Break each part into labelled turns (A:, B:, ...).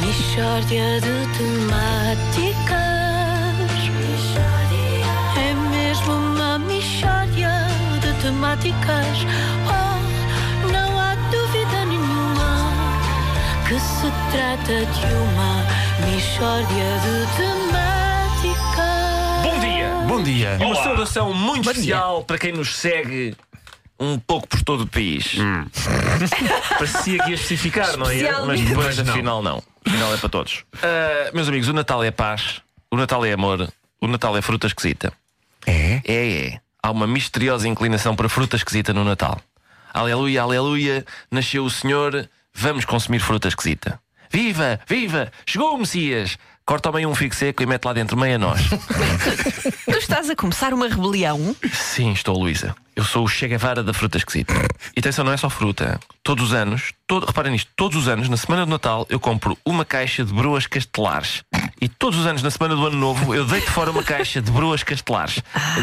A: Mistória de temáticas. É mesmo uma mistória de temáticas. Oh, não há dúvida nenhuma que se trata de uma mistória de temáticas.
B: Bom dia!
C: Bom dia.
B: E uma saudação muito especial para quem nos segue um pouco por todo o país. Parecia que ia especificar, não ia? Mas
D: Especialmente.
B: depois, afinal, não. Afinal é para todos. Ah, meus amigos, o Natal é paz, o Natal é amor, o Natal é fruta esquisita.
C: É?
B: É, é. Há uma misteriosa inclinação para fruta esquisita no Natal. Aleluia, aleluia, nasceu o Senhor, vamos consumir fruta esquisita. Viva, viva, chegou o Messias. Corta ao meio um figo seco e mete lá dentro meia nós.
D: Tu estás a começar uma rebelião?
B: Sim, estou, Luísa. Eu sou o Che Guevara da fruta esquisita. E atenção, não é só fruta. Todos os anos, todo, reparem nisto, todos os anos, na semana do Natal, eu compro uma caixa de broas castelares. E todos os anos, na semana do Ano Novo, eu deito fora uma caixa de broas castelares.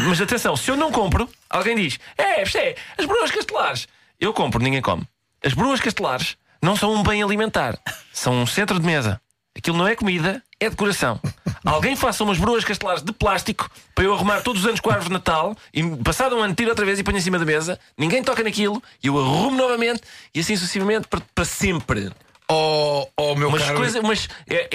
B: Mas atenção, se eu não compro, alguém diz: É, isto é, as broas castelares. Eu compro, ninguém come. As broas castelares não são um bem alimentar, são um centro de mesa. Aquilo não é comida, é decoração. Alguém faça umas broas castelares de plástico para eu arrumar todos os anos com a árvore de Natal e passado um ano tiro outra vez e ponho em cima da mesa, ninguém toca naquilo, e eu arrumo novamente e assim sucessivamente para, para sempre.
C: Oh, oh meu
B: Umas
C: caro.
B: coisas, umas. É,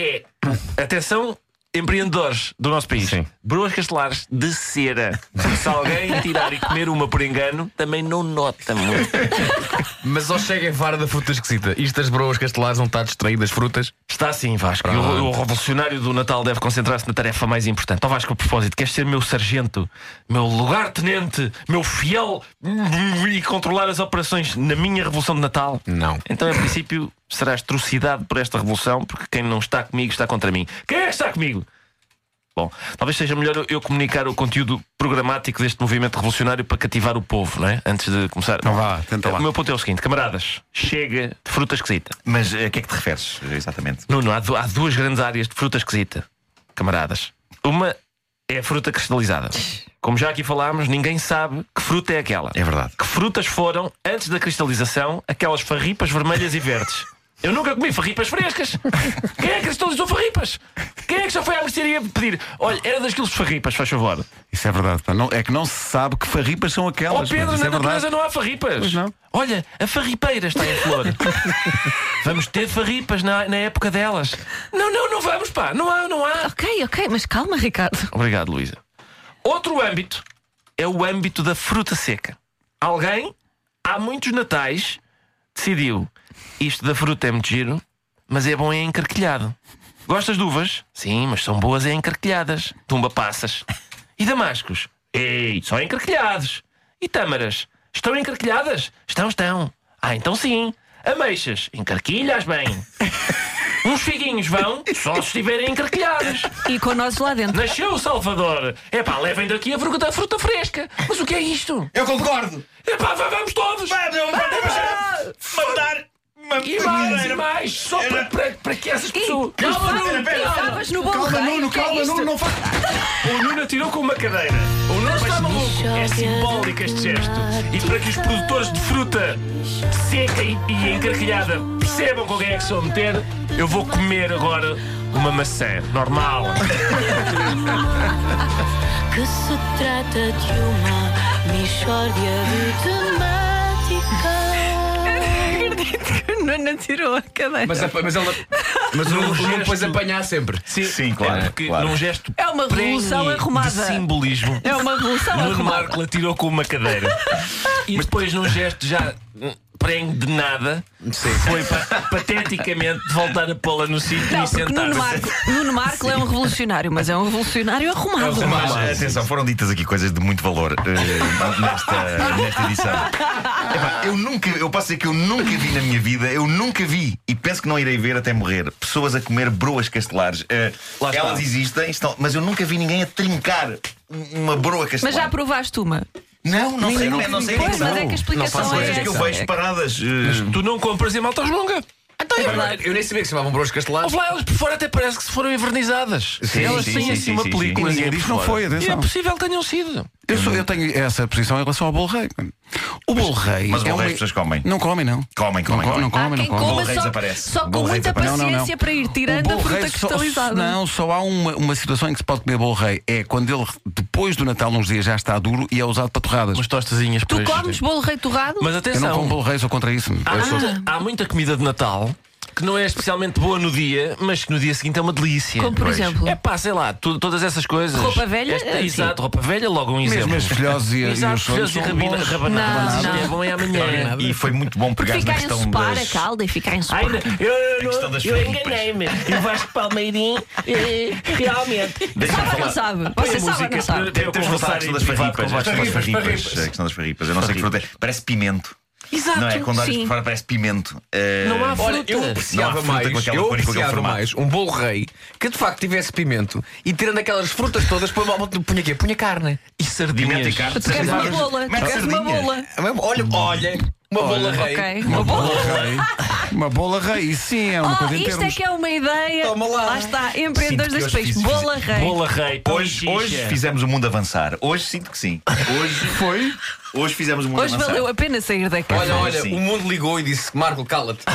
B: é- atenção, empreendedores do nosso país.
C: Sim.
B: Broas castelares de cera. Se alguém tirar e comer uma por engano, também não nota muito.
C: Mas só chega em vara da fruta esquisita. Isto das broas castelares não está distraído das frutas?
B: Está sim, Vasco. E O, o revolucionário do Natal deve concentrar-se na tarefa mais importante. Ó Vasco, a propósito, queres ser meu sargento, meu lugar-tenente, meu fiel e controlar as operações na minha Revolução de Natal?
C: Não.
B: Então, em princípio, serás trucidado por esta revolução, porque quem não está comigo está contra mim. Quem é que está comigo? Bom, talvez seja melhor eu- eu comunicar o conteúdo programático deste movimento revolucionário para cativar o povo, não é? Antes de começar.
E: Então vá lá, tenta lá.
B: O meu ponto é o seguinte, camaradas, chega de fruta esquisita.
E: Mas eh, a que é que te referes, exatamente?
B: Nuno, há, du- há duas grandes áreas de fruta esquisita, camaradas. Uma é a fruta cristalizada. Como já aqui falámos, ninguém sabe que fruta é aquela.
E: É verdade.
B: Que frutas foram, antes da cristalização, aquelas farripas vermelhas e verdes? Eu nunca comi farripas frescas. Quem é que cristalizou farripas? Quem é que já foi à mercearia pedir? Olha, era das quilos de farripas, faz favor.
E: Isso é verdade. pá. Não- é que não se sabe que farripas são
B: Ó
E: aquelas.
B: Oh, Pedro,
E: mas isso
B: na
E: é
B: natureza
E: verdade.
B: não há farripas.
E: Pois não.
B: Olha, a farripeira está em flor. vamos ter farripas na, na época delas. Não, não, não vamos, pá. Não há, não há.
D: Ok, ok, mas calma, Ricardo.
B: Obrigado, Luísa. Outro âmbito é o âmbito da fruta seca. Alguém, há muitos natais, decidiu isto da fruta é muito giro, mas é bom em encarquilhado. Gostas de uvas? Sim, mas são boas em encarquilhadas. Tumba passas. E damascos? Ei, só encarquilhados. E tâmaras? Estão encarquilhadas? Estão, estão. Ah, então sim. Ameixas? Encarquilhas bem. Uns figuinhos vão só se estiverem encarquilhados.
D: E com nós lá dentro.
B: Nasceu o Salvador! É pá, levem daqui a fruta, a fruta fresca! Mas o que é isto?
F: Eu concordo!
B: É pá, vamos todos!
C: Ah!
F: Mandar!
B: E mais, e mais! Só para, para, para que essas
D: E
B: pessoas.
D: calma,
F: Nuno, pera,
D: estavas no bom
E: Calma,
D: rei,
E: Nuno,
D: o que é
E: calma,
D: isto?
E: Nuno, não faz.
B: O Nuno atirou com uma cadeira. O Nuno está maluco. É simbólico este gesto. E para que os produtores de fruta seca e, e encarquilhada percebam com quem é que se vão meter, eu vou comer agora uma maçã. Normal.
A: que se trata de uma mistória de temáticas.
D: Acredito que o Nuno tirou a cadeira.
C: Mas, apa- mas ele. Mas o
B: Num
C: Nuno depois
B: gesto-
C: apanhar sempre.
B: Sim,
E: claro,
B: É porque
E: claro.
B: num gesto.
D: É uma revolução
B: prenhe
D: arrumada.
B: De simbolismo.
D: É uma revolução
B: Nuno
D: arrumada.
B: Marco atirou com uma cadeira. e depois, num gesto já hum, prengue de nada, foi pa- pateticamente voltar a pô-la no sítio
D: Não,
B: e
D: porque Nuno
B: sentar-se.
D: Marco, Nuno Marco é um revolucionário, mas é um revolucionário arrumado.
E: Mas, eh, atenção, foram ditas aqui coisas de muito valor eh, nesta, nesta edição. Epá, eu nunca, eu posso dizer que eu nunca vi na minha vida, eu nunca vi, e penso que não irei ver até morrer, pessoas a comer broas castelares. Eh,
B: Lá está.
E: elas existem, estão, mas eu nunca vi ninguém a trincar um, uma broa
D: Mas já
E: castelar.
D: provaste uma.
E: Não, não sei, não, não sei.
D: Pois,
E: nem
D: mas é que a
C: faço
D: explicação é
E: Coisas
D: essa.
E: que eu vejo paradas. eh,
B: Tu não compras em Malta Longa. Então é verdade.
C: Eu nem sabia que se chamavam broas castelares.
B: Ouve lá, elas por fora até parece que se foram envernizadas.
E: Sim,
B: elas
E: sim,
B: têm
E: sim,
B: assim
E: sim,
B: uma
E: sim, sim.
B: película. é
E: E ninguém
B: por
E: diz que é não
B: fora.
E: foi, atenção.
B: E é possível que tenham sido.
F: Eu, sou- eu tenho essa posição em relação ao bolo rei. O bolo rei.
E: mas o
F: é
E: bolo rei
F: uma-
E: as pessoas comem.
F: Não comem, não.
E: Comem, comem,
F: Não, co- não
E: comem.
F: comem,
D: Há
F: não
D: quem
F: comem.
E: Bolo
D: coma
E: rei
D: só,
E: desaparece.
D: só com
E: Bolo rei
D: muita
E: desaparece.
D: paciência
F: Não, não, não.
D: para ir
F: O
D: tirando a
F: bolo
D: fruta
F: rei só,
D: cristalizada.
F: não, só há uma, uma situação em que se pode comer bolo rei. É quando ele, depois do Natal, uns dias já está duro e é usado para torradas.
B: Umas tostazinhas
D: Tu
B: pois.
D: comes bolo rei torrado?
B: Mas
F: Eu não
B: atenção,
F: como bolo rei, sou contra isso.
D: Ah,
B: há, muita, há muita comida de Natal que não é especialmente boa no dia, mas que no dia seguinte é uma delícia.
D: Como por
E: Pois.
D: exemplo.
B: É pá, sei lá, tu- todas essas coisas.
D: Roupa velha,
B: Esta-
D: sim.
B: exato, roupa velha, logo um exemplo.
F: Mesmo as filhoses e, e os
B: Exato,
F: sonhos
B: fez e
F: são
B: rabina,
F: bons.
B: rabanadas.
D: Não,
B: Isto
D: não.
B: é bom é amanhã.
E: E foi muito bom
D: Porque
E: pegar na
D: ficar a
E: questão
D: ensopar
E: das...
D: a calda e ficar a ensopar.
G: Ai, não, eu,
E: A questão
G: não,
E: das
G: eu
E: farpas.
G: enganei-me. E o Vasco Palmeirim, eh, realmente.
E: Deixa-me
D: Sabe ou não sabe? Você sabe ou não sabe?
E: Tem- Temos de voltar à questão das farripas. A questão das farripas. A questão das farripas. Eu não sei que fruta é. Parece pimento.
D: Exato,
E: Não é? Quando olhas
D: sim.
E: por fora parece pimento. Eh,
B: Não há
C: Olha,
B: fruta.
C: eu apreciava
E: fruta com
C: mais,
E: aquela
C: eu
E: cor e com aquele
C: apreciava
E: formato.
C: mais um bolo rei que de facto tivesse pimento e tirando aquelas frutas todas, põe punha quê? Punha carne.
B: E
E: Pimento
B: sardinhas.
E: e carne.
D: Tu queres uma
E: sardinhas.
D: bola, tu
E: Mete
D: queres uma
E: sardinhas.
D: bola.
C: Olha, É olha, uma bola rei.
D: Ok, uma bola.
F: Uma bola rei, isso sim, é uma
D: Oh,
F: coisa em
D: isto é
F: termos.
D: que é uma ideia.
C: Toma lá.
D: está, empreendedores
C: Sinto que hoje
D: deste país.
C: fiz-
D: Bola rei.
B: Bola rei. pão de
E: Hoje,
B: xixa.
E: hoje
C: é.
E: fizemos o mundo avançar. Hoje sinto que sim. Hoje foi. Hoje fizemos o mundo
D: Hoje
E: avançar.
D: valeu a pena sair da casa.
C: Olha, olha,
E: Sim.
C: o mundo ligou e disse: Marco, cala-te.